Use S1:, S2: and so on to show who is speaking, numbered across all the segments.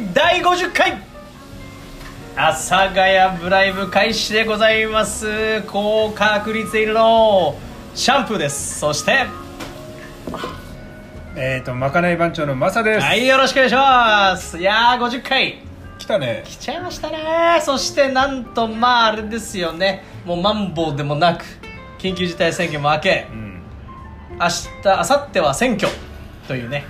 S1: 150回阿佐ヶ谷ブライブ開始でございます高確率入りのシャンプーですそして
S2: えっ、ー、とまかない番長のマサです、
S1: はいよろしくお願いしますいやー50回
S2: 来たね
S1: 来ちゃいましたねそしてなんとまああれですよねもうマンボウでもなく緊急事態宣言も明け
S2: うん
S1: 明日明後日は選挙というね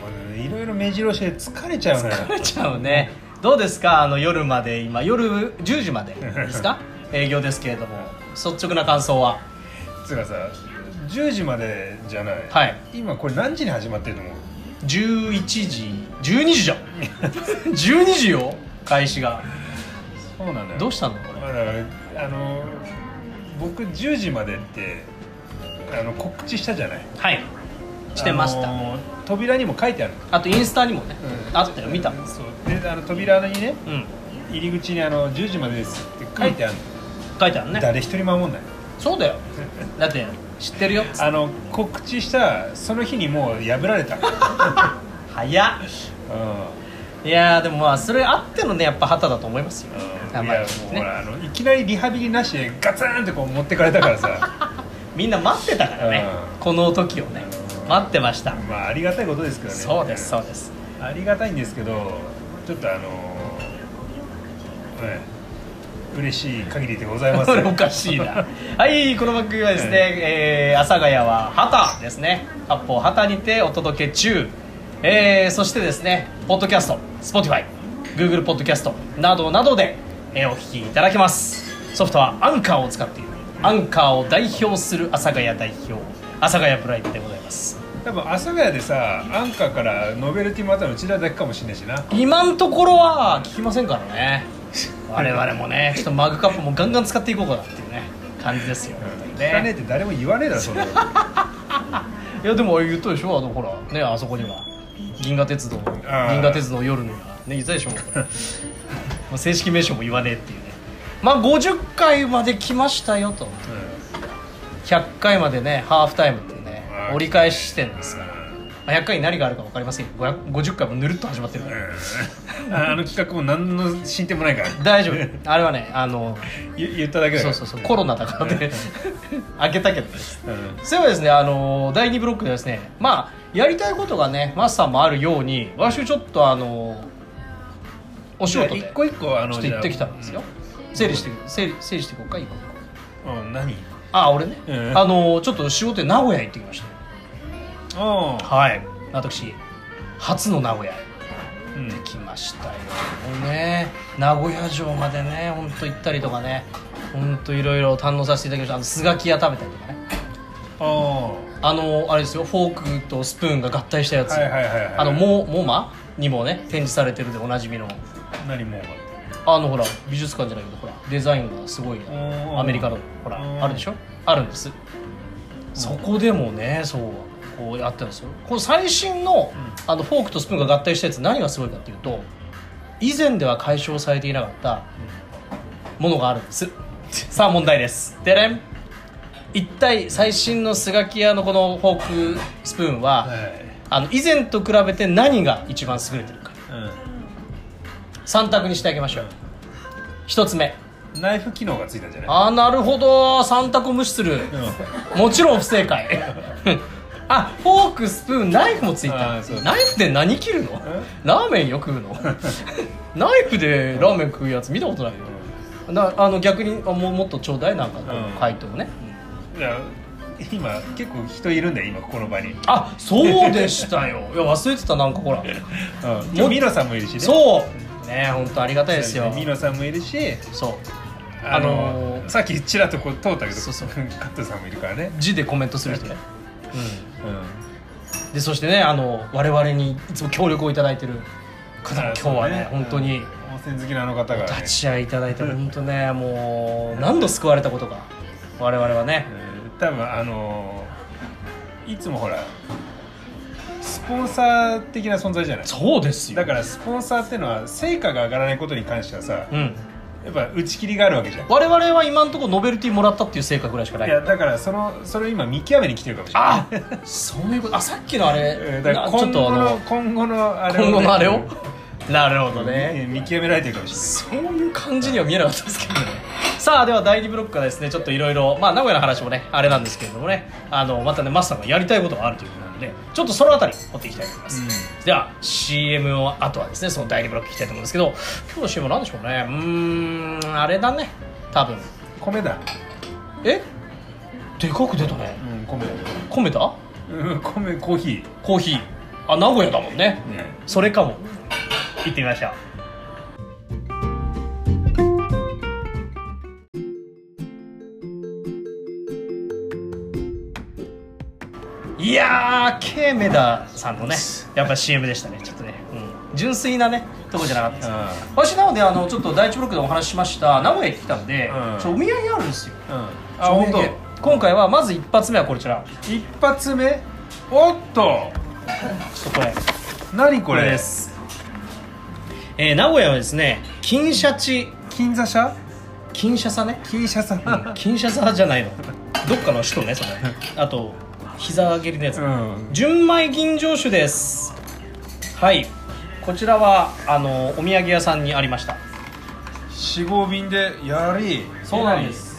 S2: もういろいろ目白押しで疲れちゃうね
S1: 疲れ ちゃうねどうですかあの夜まで今夜10時までです か営業ですけれども率直な感想は
S2: つうかさ10時までじゃない、
S1: はい
S2: 今これ何時に始まってると思う
S1: 11時12時じゃん 12時よ開始が
S2: そうなのよ
S1: どうしたのこ
S2: ま
S1: れ
S2: あだからあの僕10時までってあの告知したじゃない
S1: はいしてました、
S2: あ
S1: あ
S2: の扉にも書いてある
S1: とインスタにもね、
S2: うん
S1: あったよ見たうん
S2: そうであの扉にね入り口にあの「10時までです」って書いてあるの、
S1: 書いてあるね
S2: 誰一人守んない
S1: そう だよだって知ってるよ
S2: あの告知したその日にもう破ら れた、うん、
S1: 早っいやーでもまあそれあってのねやっぱ旗だと思いますよ、
S2: うん、い
S1: まあ
S2: やもうほ
S1: ね
S2: らあのいきなりリハビリなしでガツンってこう持ってかれたか らさ
S1: みんな待ってたからね、
S2: うん
S1: この時をね
S2: うん
S1: 待ってました、
S2: まあありがたいことですけどね
S1: そうですそうです
S2: ありがたいんですけどちょっとあのね嬉しい限りでございます
S1: それ おかしいなはいこの番組はですね、えー阿佐ヶ谷は旗ですね八方旗にてお届け中、えーそしてですねポッドキャスト SpotifyGoogle ポッドキャストなどなどで、えーお聞きいただけますソフトはアンカーを使っているアンカーを代表する阿佐ヶ谷代表阿佐ヶ谷プライドでございます
S2: 多分阿佐ヶ谷でさアンカーからノベルティもあったのうちらだけかもしれないしな
S1: 今のところは聞きませんからね 我々もねちょっとマグカップもガンガン使っていこうかなっていうね感じですよ、
S2: 聞かねえって誰も言わねえだろそんなこと
S1: いやでもあれ言ったでしょあのほらねあそこには銀河鉄道銀
S2: あー
S1: 河鉄道夜にはね言った でしょもうこれまあ正式名称も言わねえっていうねまあ50回まで来ましたよと100回までねハーフタイムっていうね
S2: うん
S1: 折り返ししてんです
S2: う
S1: が、
S2: ん
S1: まあ、100回に何があるか分かりませんけど500 50回もぬるっと始まってるから
S2: うんあの企画も何の進展もないから
S1: 大丈 夫あれはねあの
S2: 言言っただけだか
S1: そう
S2: ら
S1: そうそうコロナだからね開けたけどね
S2: うん
S1: そういえばですね、あの第2ブロックではですね、まあ、やりたいことがね、マスさんもあるように、私ちょっとあのお仕事で、
S2: じ
S1: ち
S2: ゃあ
S1: ょ
S2: 一個一個あ
S1: っ
S2: の
S1: と行ってきたんですよ。整理して、整理、整理していこうか、今。
S2: うんうん何
S1: あ、俺ね、
S2: うん
S1: あのちょっと仕事で名古屋行ってきました。
S2: あ
S1: はい。私、初の名古屋へ
S2: あうん
S1: 行ってきましたよ。もうね、名古屋城までね、ほんと行ったりとかね、ほんといろいろ堪能させていただきました。あの、スガキ屋食べたりとかね。
S2: あ
S1: あのあれですよ、フォークとスプーンが合体したや
S2: あ
S1: つ。
S2: はいはいはいはい
S1: あのモモマにもね展示されてるでおなじみの
S2: 何もう
S1: あのほら美術館じゃないけどほらデザインがすごい
S2: おー
S1: アメリカのほら
S2: おー
S1: あるでしょあるんですそこでもねそうこうやってたんですよこの最新のあのフォークとスプーンが合体したやつ何がすごいかっていうと以前では解消されていなかったものがあるんです さあ問題ですでれん一体最新のスガキ屋のこのフォークスプーンは、
S2: はい
S1: あの以前と比べて何が一番優れてるか3択にしてあげましょう1つ目
S2: うんナイフ機能がついたんじゃない
S1: ああなるほど3択を無視する
S2: うん
S1: もちろん不正解 あフォークスプーンナイフもつい
S2: あ
S1: た
S2: ーそう
S1: ナイフで何切るのラーメンよ食うの ナイフでラーメン食うやつ見たことないよなあの逆にあもうもっとちょうだいなんかこ
S2: うん
S1: う回答ね、
S2: いや今結構人いるんだよ今ここの場にうん
S1: あそうでしたよいや忘れてたなんかほら
S2: 今日ミノさんもいるしねう
S1: そうね本当ありがたいですよ
S2: ミノさんもいるし
S1: そう
S2: あ
S1: あの
S2: の
S1: ー
S2: さっきちらっとこう通ったけど
S1: そうそう
S2: カットさんもいるからね
S1: 字でコメントする人ね、
S2: うん
S1: うん、でそしてねあの我々にいつも協力をいただいてる方も今日はね
S2: そう
S1: 本当に
S2: うん温泉好きなあの方が、ね、
S1: 立ち会いいただいて本当ねもう何度救われたことか我々はね
S2: うん多分あのーいつもほらスポンサー的な存在じゃない
S1: そうですよ
S2: だからスポンサーってのは成果が上がらないことに関してはさ
S1: うん、
S2: やっぱ打ち切りがあるわけじゃん
S1: 我々は今のところノベルティもらったっていう成果ぐらいしかないい
S2: やだからそのそれを今見極めに来てるかもしれない
S1: あそういうことあさっきのあれ
S2: えーだから
S1: なちょっ
S2: 今
S1: と
S2: 後
S1: あ
S2: の
S1: の
S2: 今後のあれをね、
S1: 今後のあれをなるほどね
S2: ね見極められてるかもしれない
S1: そういう感じには見えなかったですけどねさあでは第2ブロックはですねちょっといろいろまあ名古屋の話もねあれなんですけれどもねあのまたねマスターがやりたいことがあるということなのでちょっとそのあたり持っていきたいと思います、では CM の後はですねその第2ブロックいきたいと思うんですけど今日の CM は何でしょうねうーんあれだね多分
S2: 米だ
S1: えでかく出たね
S2: うん米
S1: 米田
S2: うん米コーヒー
S1: コーヒーあ名古屋だもんね
S2: ね
S1: それかも行ってみましょういやー、ケイメダさんのね、やっぱ CM でしたね、ちょっとね、うん、純粋なね、とこじゃなかったです。私なので、あの、ちょっと第一ブロックでお話ししました、名古屋行ってきたんで、
S2: うん
S1: ちょっとお土産あるんですよ。
S2: うんあ
S1: ちょお土
S2: 本
S1: 産
S2: 当。
S1: 今回は、まず一発目はこちら、
S2: 一発目おっと
S1: ちょっとこれ。
S2: 何こ
S1: こ
S2: れ
S1: れです、えー名古屋はですね金シャチ
S2: 金座車
S1: 金シャサ ね
S2: 金車さん
S1: 金シャサじゃないのどっかの首都ねそれあと膝上げりのやつ、
S2: うん
S1: 純米吟醸酒ですはいこちらはあのお土産屋さんにありました
S2: 四合瓶でやり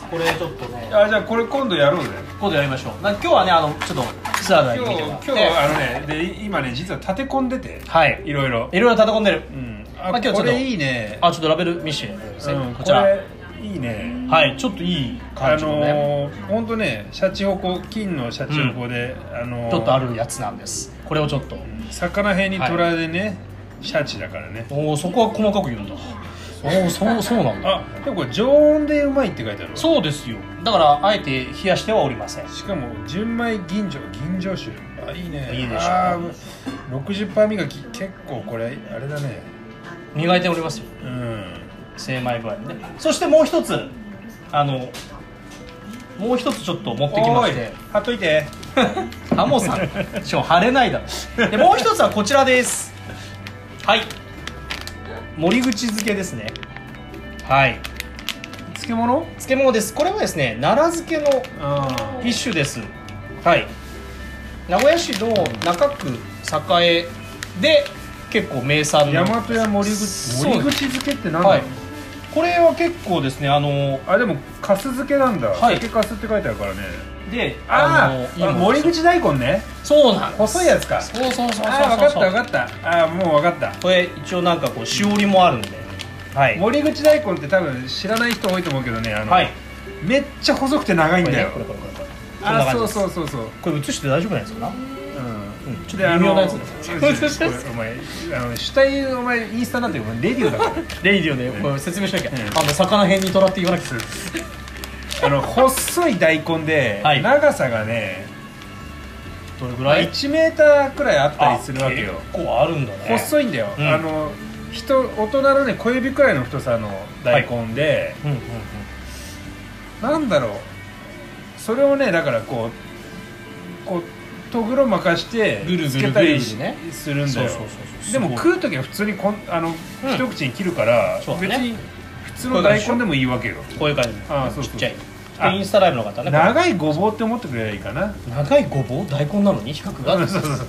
S1: これちょっとね
S2: あじゃあこれ今度やろうぜ
S1: 今度やりましょうなんか今日はねあのちょっとツアーだけ
S2: 今
S1: 見
S2: 日
S1: てもらっ
S2: 今日
S1: て
S2: あのねで今ね実は立て込んでて
S1: はい
S2: いろいろ
S1: いろいろ立て込んでる
S2: うん
S1: まあ今日ちょっと
S2: これいいね
S1: あちょっとラベル見してですね、
S2: うん
S1: こちら
S2: れいいね
S1: はいちょっといい
S2: あ
S1: 感じのね、
S2: のーほんとねシャチホコ金のシャチホコであのー
S1: ちょっとあるやつなんですこれをちょっと、
S2: 魚へんにトラでねシャチだからね
S1: おおそこは細かく言うんだおおそうそうなんだ
S2: あでもこれ常温でうまいって書いてあるわ
S1: そうですよだからあえて冷やしてはおりません
S2: しかも純米吟醸吟醸酒あいいね
S1: いいでしょ
S2: あー60パー磨き結構これあれだね
S1: 磨いておりますよ
S2: うん
S1: 精米具合でねそしてもう一つあのもう一つちょっと持ってきまして
S2: おい貼っといて
S1: ハモさんしょ貼れないだろでもう一つはこちらですはい森口漬けですねはい
S2: 漬物
S1: 漬物ですこれはですね奈良漬けの
S2: あ
S1: 一種ですはい名古屋市の中区栄で結構名産の
S2: 大和屋森口
S1: そう
S2: 森口漬けって何だ、
S1: はいこれは結構ですねあの
S2: あでもカス漬けなんだ、
S1: はい
S2: 酒カスって書いてあるからね
S1: での
S2: あーあ
S1: いいもの
S2: 森口大根ね
S1: そうなんです
S2: 細いやつか
S1: そうそうそうそうそう
S2: ああ分かった分かったああもう分かった
S1: これ一応なんかこうしおりもあるんではい
S2: 森口大根って多分知らない人多いと思うけどねあの、
S1: はい
S2: めっちゃ細くて長いん
S1: これ
S2: だ
S1: ね
S2: よ
S1: これこれこれこれこんな
S2: あ
S1: 感じ
S2: そ
S1: で
S2: う
S1: す
S2: そうそうそう
S1: これ映して大丈夫なんですかな
S2: うん
S1: うんちょっ
S2: で
S1: と
S2: あ
S1: 微妙
S2: の
S1: なやつです
S2: これお前あの主体お前インスタなんてお前レディオだから
S1: レイディオでこれ説明しなきゃ
S2: うん
S1: あの魚編にとらって言わなきゃ
S2: あの細い大根で、
S1: はい
S2: 長さがね
S1: どれぐ
S2: まあ
S1: らい
S2: 1メーターくらいあったりするわけよ
S1: あ結構あるんだね
S2: 細いんだよ、
S1: うん
S2: あの人大人のね小指くらいの太さの大根で、
S1: うんうんうん
S2: なんだろうそれをねだからこうこうとぐろ巻かして
S1: ぐるぐる
S2: つけた
S1: ぐる
S2: り
S1: ぐるね
S2: するんだよ
S1: そうそうそうそう
S2: です
S1: ご
S2: も
S1: い
S2: 食う時は普通にこんあの、
S1: うん
S2: 一口に切るから、
S1: そうだね
S2: 別に普通の大根でもいいわけよ
S1: こういう感じ
S2: ああそう
S1: ち
S2: そう
S1: っちゃい
S2: あ
S1: でインスタライブの方ね
S2: 長いごぼうって思ってくれりゃいいかな
S1: 長いごぼう大根なのに比較が
S2: そうそうそう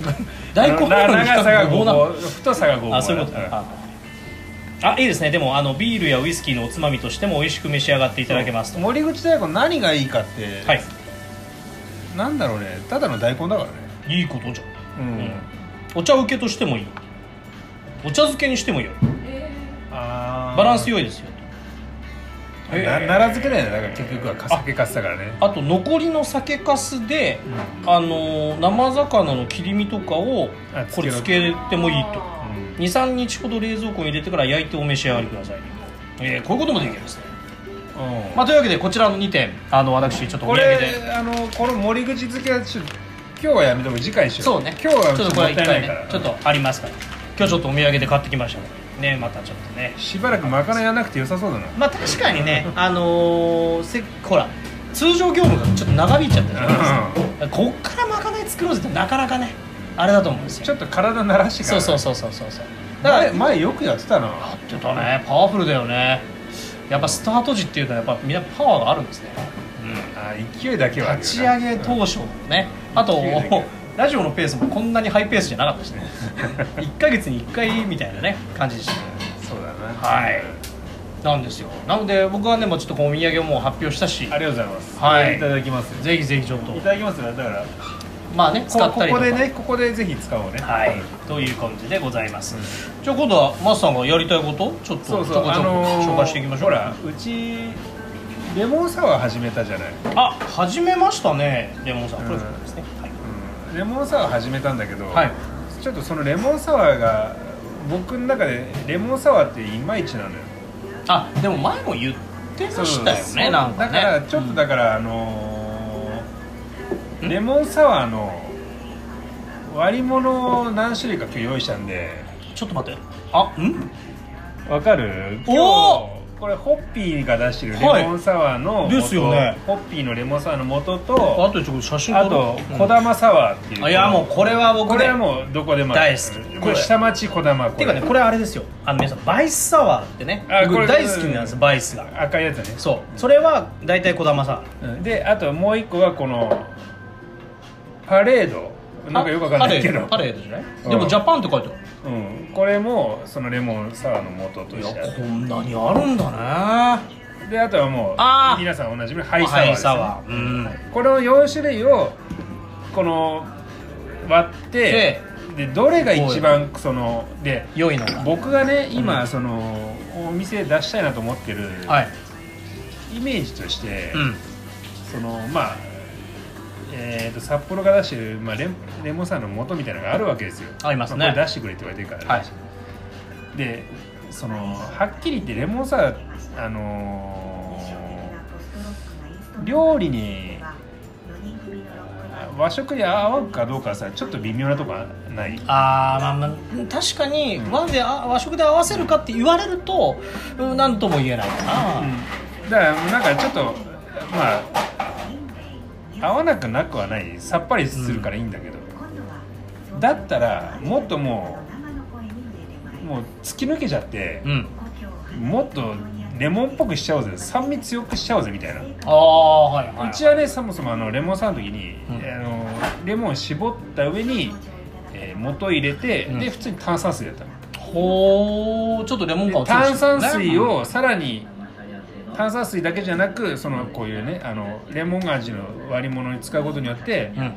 S1: 大根な
S2: な
S1: のに比
S2: 長さが
S1: 較ご
S2: ご
S1: ぼうな
S2: ぼ
S1: の
S2: う太さがごぼう
S1: あそういうことね
S2: ん
S1: ああいいですねでもあのビールやウイスキーのおつまみとしても美味しく召し上がっていただけますと
S2: 森口大根何がいいかって、
S1: はい
S2: なんだろうねただの大根だからね
S1: いいことじゃん
S2: うん、
S1: お茶受けとしてもいいお茶漬けにしてもいいよ
S2: あ
S1: バランス
S2: よ
S1: 良いですよ
S2: 奈良漬けだよねだから結局はか酒かすだからね
S1: あと残りの酒粕で、あの生魚の切り身とかを
S2: あ
S1: これ漬
S2: 漬け
S1: けてもいいと
S2: うん
S1: 23日ほど冷蔵庫に入れてから焼いてお召し上がりください、えーこういうこともできるんですね、
S2: うん
S1: まあ、というわけでこちらの2点あの私ちょっとお
S2: こ
S1: 土産で
S2: れあのこの森口漬けはちょっと今日はやめても次回しよう
S1: そうね
S2: 今日は
S1: ちょっとこ
S2: も
S1: れ
S2: っ
S1: 一
S2: たい
S1: 回
S2: ないか
S1: ね
S2: ら
S1: ちょっとありますから今日ちょっとお土産で買ってきましたのでねまたちょっとね
S2: しばらくまかないやらなくて良さそうだな
S1: まあ確かにねあのー、せほら通常業務がちょっと長引いちゃったじゃないですかこっからまかない作ろうぜってなかなかねあれだと思うんですよ
S2: ちょっと体慣らしてか
S1: そう
S2: ら
S1: そうそうそうそうそうだからや
S2: 前前よくやってたな
S1: ってたねパワフルだよねやっぱスタート時っていうのはやっぱみんなパワーがあるんですね、
S2: あ勢いだけはあるよな
S1: 立ち上げ当初のねあと
S2: 勢いだけ
S1: ラジオのペースもこんなにハイペースじゃなかった しね1か月に1回みたいなね感じでした
S2: そうだな
S1: はいなんですよなので僕はねもうちょっとこうお土産をもう発表したし
S2: ありがとうございます
S1: はい
S2: いただきますよ
S1: ぜひぜひちょっと
S2: いただきますよだから
S1: まあね使
S2: こ
S1: った
S2: こ
S1: りと
S2: こ
S1: か
S2: でねここでぜひ使おうね
S1: はいという感じでございます、じゃあ今度はマスさんがやりたいことちょっと
S2: そう
S1: ち
S2: そ
S1: ょ
S2: う
S1: こちょこ紹介していきましょう
S2: あのーほらうちレモンサワー始めたじゃない、
S1: あ始めましたねレモンさんこれ
S2: うん
S1: ですね、はい
S2: うん、レモンサワー始めたんだけど、
S1: はい
S2: ちょっとそのレモンサワーが僕の中でレモンサワーっていまいちなのよ
S1: あでも前も言ってましたよ
S2: そう
S1: ねなんかね
S2: だからちょっとだから、あのーレモンサワーの割り物を何種類か今日用意したんで
S1: ちょっと待ってあん
S2: わかる
S1: おー
S2: 今日これホッピーが出してるレ
S1: はい
S2: モンサワーの元、
S1: ですよね
S2: ホッピーのレモンサワーの元
S1: あと
S2: と
S1: ちょっと写真
S2: あと
S1: こ
S2: 小
S1: だ
S2: 玉サワーっていう、
S1: いやもうこれは僕
S2: こ
S1: ね
S2: れはもうどこでもある
S1: 大好き
S2: これ下町小玉こ
S1: て
S2: れ
S1: いうかねこれあれですよあの皆さんバイスサワーってね
S2: あこ
S1: 僕
S2: れ
S1: 大好きなんですバイスが
S2: 赤いやつね
S1: そうそれは大体小玉さん
S2: うんであともう一個はこのパレードなんかよくわかんないけど
S1: パレードパレードじゃない、
S2: うん
S1: でもジャパンって書いてある
S2: うん、これもそのレモンサワーの元と
S1: い
S2: してあ
S1: や
S2: る
S1: こんなにあるんだね
S2: であとはも
S1: あー
S2: う皆さんおなじみのハイサワ
S1: ハ
S2: ーで
S1: イ
S2: す、
S1: サ
S2: ね
S1: ワーうん
S2: この4種類をこの割ってでどれが一番そので
S1: 良いのが
S2: 僕がね
S1: う
S2: 今
S1: ん
S2: そのお店出したいなと思ってる
S1: はい
S2: イメージとして、
S1: うん
S2: そのまあえー、と札幌が出してる、まあ、レレモンサワーの元みたいなのがあるわけですよ
S1: ありますね
S2: これ出してくれって言われてるから、
S1: はい
S2: でそのはっきり言ってレモンサワーあのー料理に和食に合うかどうかはさちょっと微妙なとこはない
S1: あーまあまあうん確かに
S2: うん
S1: 和であ和食で合わせるかって言われるとうんなんとも言えないかな、
S2: だからなんかちょっとまあ合わなくなくはないさっぱりするからいいんだけど、だったらもっともうもう突き抜けちゃって
S1: うん、
S2: もっとレモンっぽくしちゃおうぜ酸味強くしちゃおうぜみたいな、
S1: ああはいはいう
S2: ちはねそもそもあのレモンサワーの時に、
S1: うん
S2: あのレモンを絞った上に、えー元入れて、
S1: うん
S2: で普通に炭酸水だったの
S1: ほうちょっとレモン
S2: で
S1: 感
S2: 炭酸水をさらに炭酸水だけじゃなくそのこういうねあのレモン味の割り物に使うことによって
S1: うん、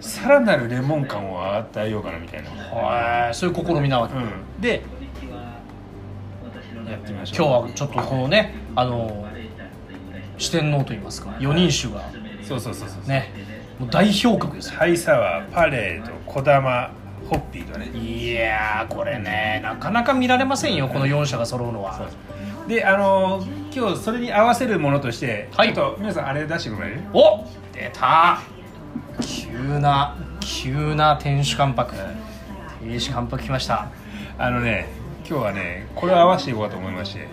S2: さらなるレモン感を与えようかなみたいな、
S1: はいそういう試みなわけ、
S2: うん、でやってみまし
S1: 今
S2: ょう
S1: 日はちょっとこのねあの四天王といいますか四人衆が
S2: そうそうそうそう、
S1: ねもう代表格ですよ
S2: ハイサワーパレードこだまホッピーがね
S1: いやーこれねなかなか見られませんよこの4社が揃うのは
S2: であのー今日それに合わせるものとして、
S1: はい
S2: ちょっと皆さんあれ出してくれる
S1: お出た急な急な天守関白天守関白来ました
S2: あのね今日はねこれを合わせていこうかと思いまして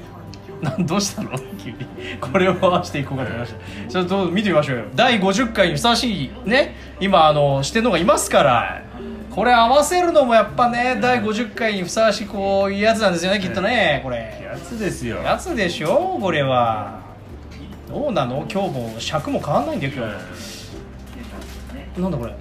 S1: などうしたの急にこれを合わせていこうかと思いましたちょっと見てみましょうよ第50回にふさわしいね今あの四天王がいますからこれ合わせるのもやっぱね第50回にふさわしいこういうやつなんですよねきっとねこれ
S2: やつですよ
S1: やつでしょこれはどうなの今日も尺も変わんないんだよ今日なんだこれ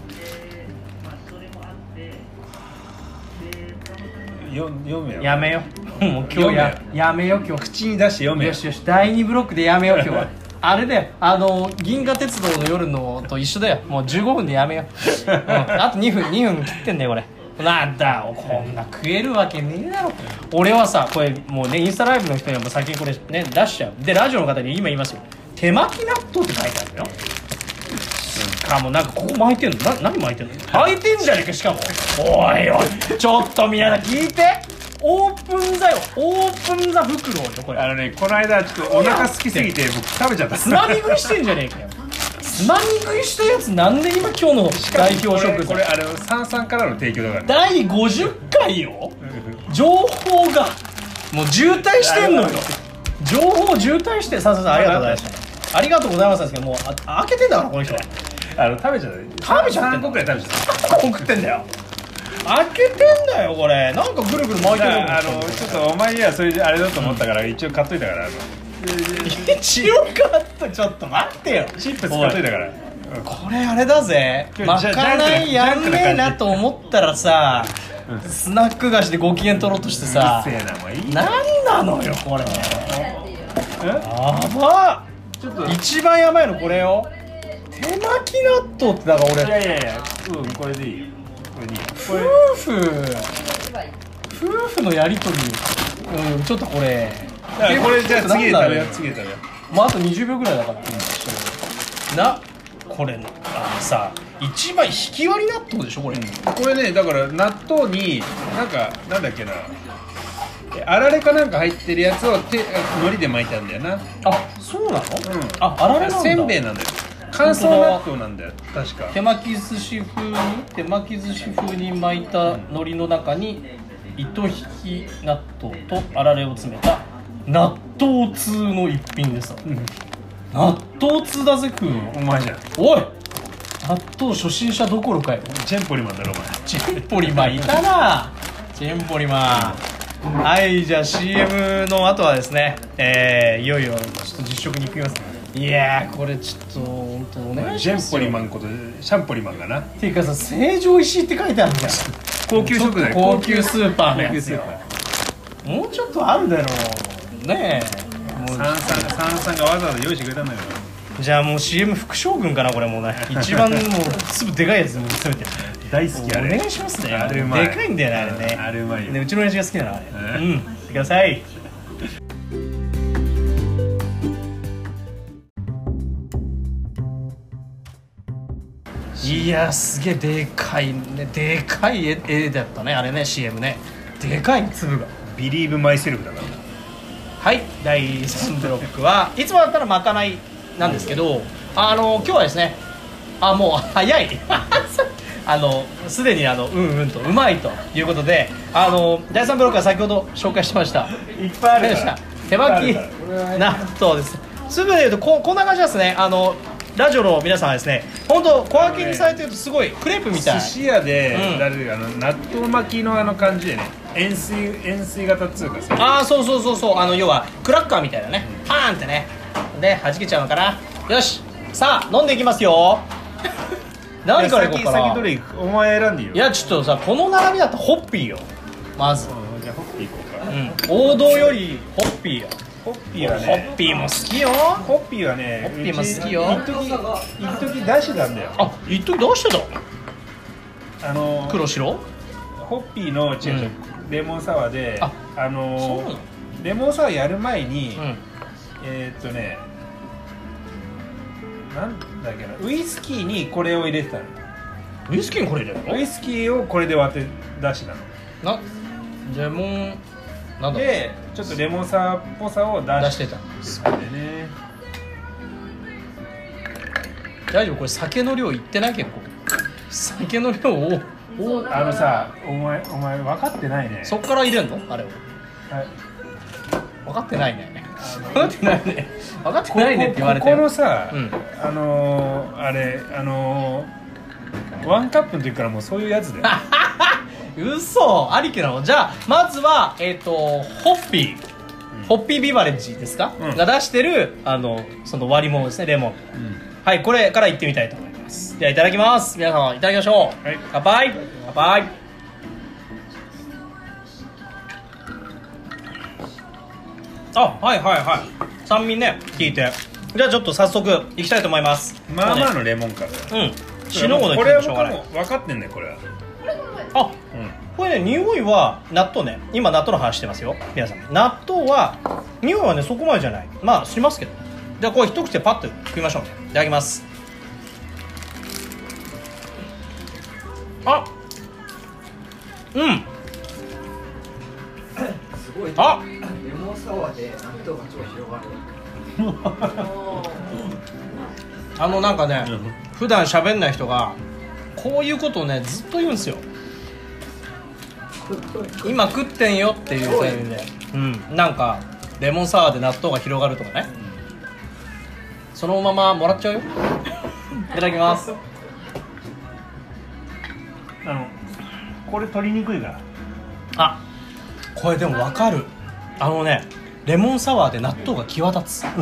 S2: よ読めよ
S1: やめよう もう今日ややめよう今日
S2: 口に出して読め
S1: よしよし第2ブロックでやめよう今日 はあれだよあの銀河鉄道の夜のと一緒だよもう15分でやめよう、うん、あと2分2分切ってんだよこれなんだこんな食えるわけねえだろ俺はさこれもうねインスタライブの人にはもう先にこれね出しちゃうでラジオの方に今言いますよ手巻き納豆って書いてあるよかもなんかここ巻いてんのな何巻いてんの巻いてんじゃねえかしかもおいおいちょっと皆さん聞いてオープンザよオープンザ袋よこれ
S2: あのねこの間ちょっとお腹空きすぎて僕食べちゃった
S1: つまみ食いしてんじゃねえかよつまみ食いしたやつなんで今今日の代表
S2: こ
S1: 食
S2: れこれあの三三からの提供だからね
S1: 第50回よ情報がもう渋滞してんのよ情報渋滞してさあさあさあありがとうございましたありがとうございますなんですけどもうあ開けてんだからこの人は
S2: あの食べちゃった
S1: 食べちゃってんの
S2: 三個くらい食べちゃった
S1: こう食ってんだよ開けてんだよこれなんかぐるぐる巻いて
S2: だ
S1: る
S2: か
S1: の
S2: らあのちょっとお前にはそれであれだと思ったから一応買っといたからあの
S1: 一応カットちょっと待ってよ
S2: チップス買っといたからうん
S1: これあれだぜ
S2: 今
S1: ま
S2: 日ジャ
S1: かない
S2: ジャ
S1: や
S2: ン
S1: ん
S2: クなジャンクな感じ
S1: ねえなと思ったらさ
S2: うん
S1: スナック菓子でご機嫌取ろうとしてさ
S2: うるせえなもういい
S1: 何なのよこれ
S2: え
S1: やば
S2: ちょっと
S1: 一番やばいのこれよ手巻き納豆ってだから
S2: い
S1: 俺
S2: やいやいやうんこれでいいよこれでいいよこ
S1: 夫
S2: れ
S1: 婦夫婦のやりとりうんちょっとこれ
S2: だからこれじゃあ次で
S1: なんだろ
S2: 食べ
S1: う
S2: よう次で食べよ
S1: まあ、あと20秒ぐらいだからなこれあのさ一番引き割り納豆でしょこれ、
S2: うこれねだから納豆になんかなんだっけなえあられかなんか入ってるやつを手海苔で巻いたんだよな
S1: あそうなの、
S2: うん
S1: ああられなんだ
S2: せんべいなんだよ乾燥納豆なんだよ確か
S1: 手巻き寿司風に手巻き寿司風に巻いた海苔の中に糸引き納豆とあられを詰めた納豆通の一品でさ、
S2: ん
S1: 納豆通だぜ食うの、
S2: お前じゃん
S1: おい納豆初心者どころかよ
S2: チェンポリマンだろお前
S1: チェンポリマンいたなチェンポリマンはいじゃあ CM の後はですねえー、いよいよちょっと実食に行きますいやーこれちょっと本当お願いし
S2: ジ
S1: ま
S2: ェン
S1: す
S2: ポ
S1: よ
S2: リマンことシャンポリマンがな
S1: っていうかさ成城石井って書いてあるじゃん
S2: 高級食材
S1: 高級スーパーの
S2: 高
S1: や
S2: 級
S1: つ
S2: スー
S1: よ
S2: パー
S1: もうちょっとあるだろうねえも
S2: 三三三三がわざわざ用意してくれたんだけど
S1: うじゃあもう CM 副将軍かなこれもう ね一番もうすぐでかいやつもう詰めて
S2: 大好きあ
S1: お
S2: れ
S1: 願いしますね
S2: あれうまい
S1: でかいんだよねあれね
S2: うんあれうまいよ
S1: ねうちの親父が好きなのあれ
S2: うん
S1: うん行ってくださいいやすげえでかいねでかい絵絵だったねあれね CM ねでかい粒が
S2: ビリーブマイセルフだからな
S1: はい第3ブロックはいつもだったらまかないなんですけどあの今日はですねあもう早い あのすでにあのうんうんとうまいということであの第3ブロックは先ほど紹介しました
S2: いっぱいある
S1: で
S2: か
S1: し
S2: ら
S1: た手巻
S2: い
S1: き
S2: っぱいあるから
S1: 納豆です粒でいうとこうこんな感じですねあのラジオの皆さんはですね本当小分けにされてるとすごいクレープみたい
S2: 寿司屋で、
S1: うん
S2: 誰あの納豆巻きのあの感じでね円錐円錐型っつうかさ
S1: ああそうそうそうそうあの要はクラッカーみたいなねパーンってねで弾けちゃうのかなよしさあ飲んでいきます よ何からいこうか
S2: いや先
S1: な
S2: 先ど
S1: い
S2: れ行くお前選んでいいよ
S1: やちょっとさこの並びだとホッピーよまず、
S2: うんじゃあホッピー行こうか、
S1: うん、王道よりホッピーよ
S2: ホッピーは
S1: ホッ
S2: ね
S1: ピーも好きよ
S2: ホッピーはね
S1: ホッピーも
S2: うち
S1: 好きよ
S2: 一時一時出してたんだよ
S1: あ一時どうしてた
S2: あの
S1: 黒白
S2: ホッピーのチェーン、レモンサワーで
S1: あ
S2: あ
S1: そうな
S2: の
S1: の
S2: レモンサワーやる前に、
S1: うん
S2: えー、っとねなんだっけなウイスキーにこれを入れてたの
S1: ウイスキーにこれ入れるの
S2: ウイスキーをこれで割って出してたの
S1: なレモンなんだろう
S2: でちょっとレモンサワーっぽさを出
S1: 出
S2: し
S1: しててた
S2: たんでね
S1: 大丈夫これ酒の量いってない結構酒の量を
S2: おあのさお前お前分かってないね
S1: そっから入れんのあれを
S2: はい
S1: 分かってないね分か
S2: あ
S1: ってないね分かってないねって言われて
S2: こここのさ、
S1: うん
S2: あのー、あれあのー、ワンカップの時からもうそういうやつだよ
S1: 嘘ありきなのじゃあまずはえっ、とホッピー
S2: うん
S1: ホッピービバレッジですか、
S2: うん
S1: が出してるあのその割り物ですねレモン
S2: うん
S1: はいこれからいってみたいと思いますではいただきます皆様いただきましょう、
S2: はい
S1: 乾杯乾杯あはいはいはい酸味ね効いてじゃあちょっと早速いきたいと思います
S2: まあまあ
S1: も
S2: のレモンからだよ
S1: うねうん死ぬほどい
S2: こ
S1: き
S2: れ
S1: ま
S2: は
S1: し
S2: 僕
S1: ょうがない
S2: も分かってんだよこれは
S1: あ
S2: うん
S1: これね匂いは納豆ね今納豆の話してますよ皆さん納豆は匂いはねそこまでじゃないまあしますけどじゃあこれ一口でパッと食いましょうねいただきますあうん
S3: すごいね
S1: あ
S3: レモンサワーで納豆が超広がる
S1: あのなんかね、
S2: うん
S1: 普段喋んない人がこういうことをねずっと言うんですよ今食ってんよっていうタイミングで、うん、なんかレモンサワーで納豆が広がるとかね、そのままもらっちゃうよいただきます
S2: あのこれ取りにくいから
S1: あこれでも分かるあのねレモンサワーで納豆が際立つ、うん、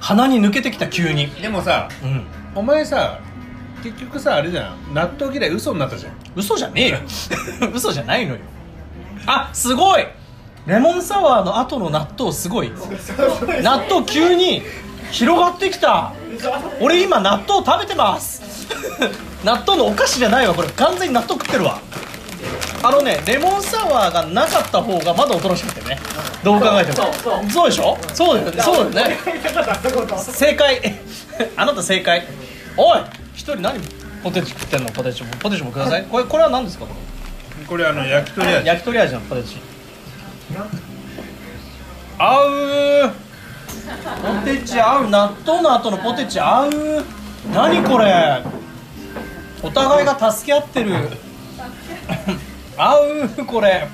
S1: 鼻に抜けてきた急に
S2: でもさ
S1: うん
S2: お前さ結局さあれじゃん納豆嫌い嘘になったじゃん
S1: 嘘じゃねえよ嘘じゃないのよあすごいレモンサワーの後の納豆すごい納豆急に広がってきた俺今納豆食べてます納豆のお菓子じゃないわこれ完全に納豆食ってるわあのねレモンサワーがなかった方がまだおとなしくてねどう考えてもそうでしょそうだよねそうだよね正解 あなた正解おい一人何ポテチ食ってんのポテチもポテチもくださいこれこれは何ですかこ
S2: これあの焼き鳥
S1: れ
S2: 味
S1: 焼き鳥味のポテチ合うポテチ合う納豆の後のポテチ合う何これお互いが助け合ってる合うこれ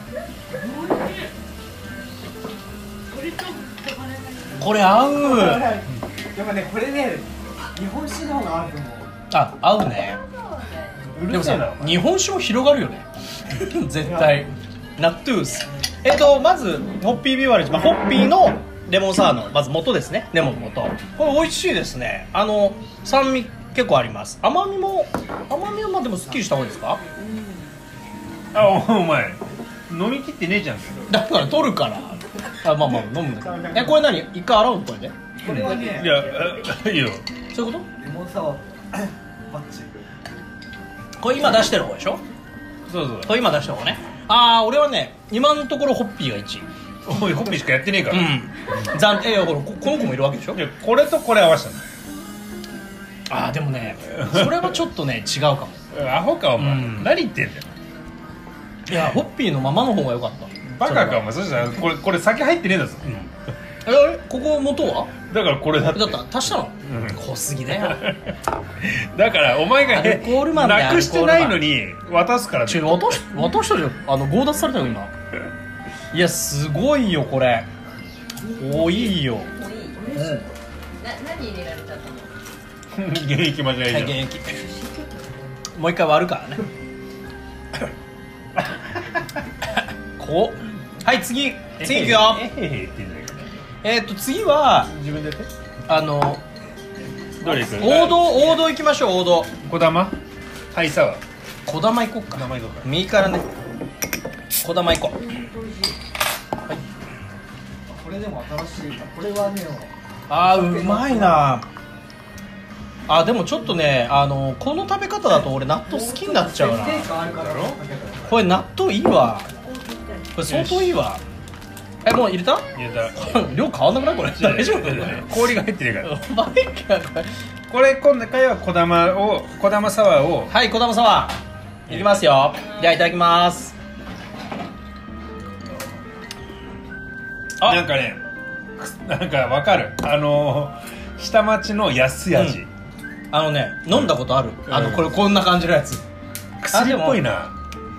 S1: これ合う
S3: でもねこれね日本酒の方が合うと思う
S1: あ合うね
S2: う
S1: でも
S2: るせえな
S1: さ日本酒も広がるよ ね絶対ナットゥースえっとまずホッピービワレッジ、まあ、ホッピーのレモンサワーのまず元ですねレモンの元これ美味しいですねあの酸味結構あります甘みも甘みはまあでもすっきりした方がいいですか
S2: あお前飲み切ってねえじゃん
S1: だから取るからあまあまあ飲むんだけどえこれ何一回洗うのこれで
S3: これはね
S2: いやあいいよ
S1: そういうこ
S3: レモンサワーバッチリ
S1: とこれ今出してる方でしょ
S2: そうそう
S1: これ今出してる方ねああ俺はね今のところホッピーが1位
S2: おいホッピーしかやってねえから、
S1: うん残えいやこれここの子もいるわけでしょ
S2: いやこれとこれ合わせたの
S1: ああでもねそれはちょっとね違うかも
S2: アホかお前、
S1: うん
S2: 何言ってんだよ
S1: いやホッピーのままの方が良かった
S2: バカかお
S1: も
S2: 前そしたらこれこれ酒入ってねえんだぞ、
S1: あれあれここ元は
S2: だからこれだって
S1: だったら足したの、
S2: うん
S1: 濃すぎだよ
S2: だからお前が
S1: アルコールマンだよ
S2: なくしてないのに渡すから
S1: ちょ渡し渡したじゃんあの強奪されたよ今いやすごいよこれおいいよ
S4: もういいな何入れられちゃったの
S2: 現役間違いじゃ
S1: はい
S2: ん、
S1: 現役もう一回割るからねこうはい次次いくよ
S2: えへへって言うんだけ
S1: えっ、と次は
S2: ど自分でやって
S1: あの
S2: どれいく
S1: 王道王道行きましょう王道
S2: 小玉ハイサワー
S1: 小玉行こっか
S2: 玉いこうか
S1: 右からね小玉行こう
S3: これでも新しいなこれはね
S1: あーうまいなあでもちょっとねあのこの食べ方だと俺納豆好きになっちゃうな
S3: 設定感あるから
S2: だろ
S1: これ納豆いいわこれ相当いいわえもう入れた
S2: 入れた
S1: 量変わんなくないこれ大丈夫
S2: 氷が入ってるから
S1: お前か
S2: これ今回は小玉を小玉サワーを
S1: はい小玉様いきますよじゃあいただきますあ
S2: なんかねくなんかわかるあのー下町の安い味、
S1: うあのね飲んだことあるあのこれこんな感じのやつ
S2: 薬っぽいな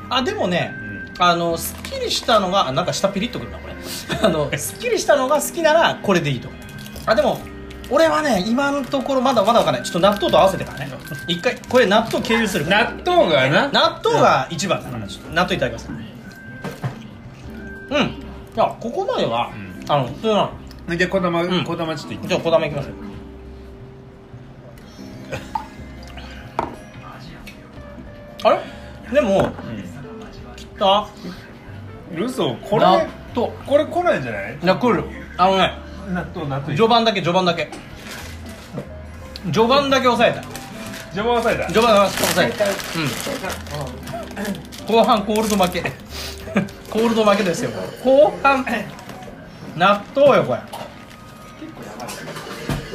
S1: あでもね、あのすっきりしたのがあなんか下ピリッとくるなこれ あのすっきりしたのが好きならこれでいいと思うあでも俺はね今のところまだまだわかんないちょっと納豆と合わせてからね一回これ納豆経由するから
S2: 納豆がな
S1: 納豆が一番だから、ちょっと納豆いただきますうんいやここまでは、
S2: う
S1: あの普通なの
S2: で小玉、
S1: うん
S2: 小玉ちょっといって
S1: じゃあ小玉いきますよあれでも、きた
S2: 嘘これ
S1: 納豆
S2: これ来ないんじゃない
S1: いや来るあのね
S2: 納豆納豆
S1: 序盤だけ序盤だけ序盤だけ抑えた
S2: ジョバサイだ
S1: 序盤だけ抑えたうん後半コールド負けコールド負けですよ後半納豆よこれ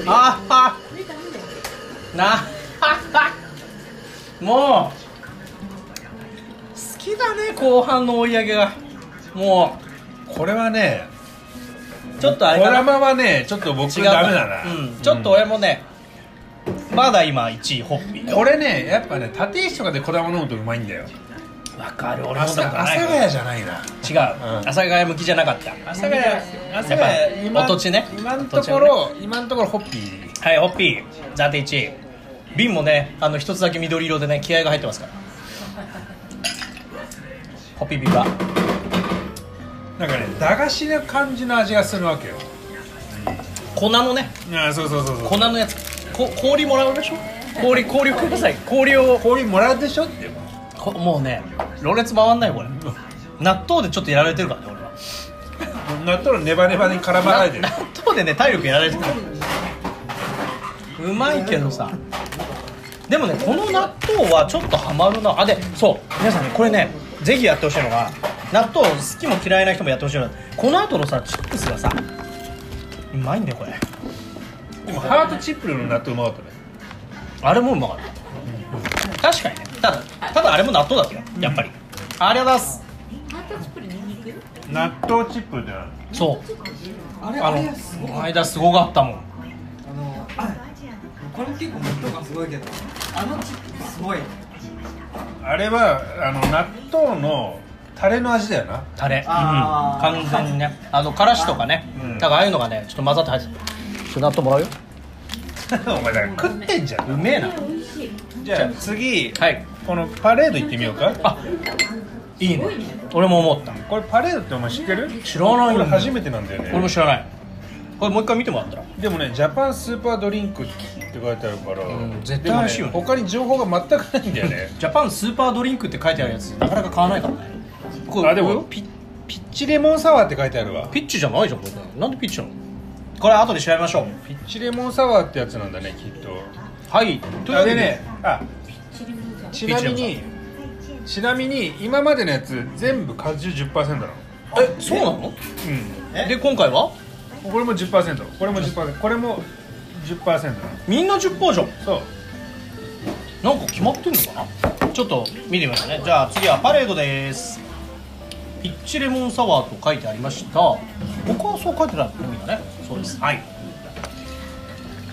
S1: あっはなもう好きだね後半の追い上げがも
S2: これはね
S1: うちょっとあ
S2: 小
S1: れかな
S2: 玉はねちょっと僕
S1: 違う
S2: ダメだな、
S1: うん、ちょっと俺もね、まだ今1位ホッピー
S2: これねやっぱね立石とかで小玉飲むとうまいんだよ
S1: わかる俺
S2: 阿佐
S1: だ
S2: 阿
S1: から
S2: 佐ヶ谷じゃない
S1: 違う、
S2: なうん
S1: 阿佐ヶ谷向きじゃなかった阿佐
S2: ヶ谷
S1: 阿
S2: やっぱ
S1: 今お土地ね
S2: 今のとこ
S1: お土地
S2: ろ、今のところホッピー
S1: はいホッピー暫定1位瓶もねあの一つだけ緑色でね気合が入ってますからホッピービバ
S2: なんかね駄菓子の感じの味がするわけよ
S1: 粉のね
S2: あーそうそうそうそう
S1: 粉のやつこ氷もらうでしょ氷氷をください氷を
S2: 氷もらうでしょって
S1: こもうねろれつ回んないこれ納豆でちょっとやられてるからね俺は
S2: 納豆のネバネバに絡まられてる
S1: な納豆でね体力やられてるうまいけどさでもねこの納豆はちょっとハマるなあでそう皆さんねこれねぜひやってほしいのが納豆好きも嫌いな人もやってほしいのがこの後のさチップスがさうまいんだよこれ
S2: でもハートチップルの納豆うまかったね
S1: あれもうまかった確かにねただただあれも納豆だったよやっぱり、ありがとうございます
S4: ハートチップルニンニク
S2: 納豆チップルってな
S1: そう
S3: あれ
S1: あ
S3: あ
S1: の
S3: れすごい
S1: この間すごかったもん
S3: あのあこれも結構納豆がすごいけどあのチップすごい
S2: あれはあの納豆のタレの味だよな
S1: タレ
S3: あー
S1: 完全にねあのからしとかね
S2: うん
S1: だからああいうのがねちょっと混ざって入ってるちょっと納豆もらうよ
S2: お前だから食ってんじゃ
S1: うんめえな
S2: じゃあ次
S1: はい
S2: このパレード行ってみようか
S1: あいいね俺も思った
S2: これパレードってお前知ってる
S1: 知らないん
S2: こ
S1: だ
S2: れ
S1: よ
S2: 初めてなんだよね
S1: 俺も知らないこれもう一回見てもらったら
S2: でもねジャパンスーパードリンクって書いてあるから、
S1: ん絶対美味しいよね
S2: でもね他に情報が全くないんだよ ね
S1: ジャパンスーパードリンクって書いてあるやつなかなか買わないからねこれ
S2: あでも
S1: これ
S2: ピピッチレモンサワーって書いてあるわ
S1: ピッチじゃないじゃんこれなんでピッチなのこれ後で調べましょう
S2: ピッチレモンサワーってやつなんだねきっと
S1: はいというわ
S2: あ
S1: け
S2: れ
S1: で
S2: ねあ
S4: チリムジャン
S2: ちなみにちなみに今までのやつ全部果汁10%なの
S1: えそうなの
S2: う
S1: で今回は
S2: んこれも10%これも10%これも10%なの
S1: みんな10本じゃん
S2: そう
S1: なんか決まってんのかなちょっと見てみましょうねじゃあ次はパレードですピッチレモンサワーと書いてありました僕はそう書いてないのみんなねそうですはい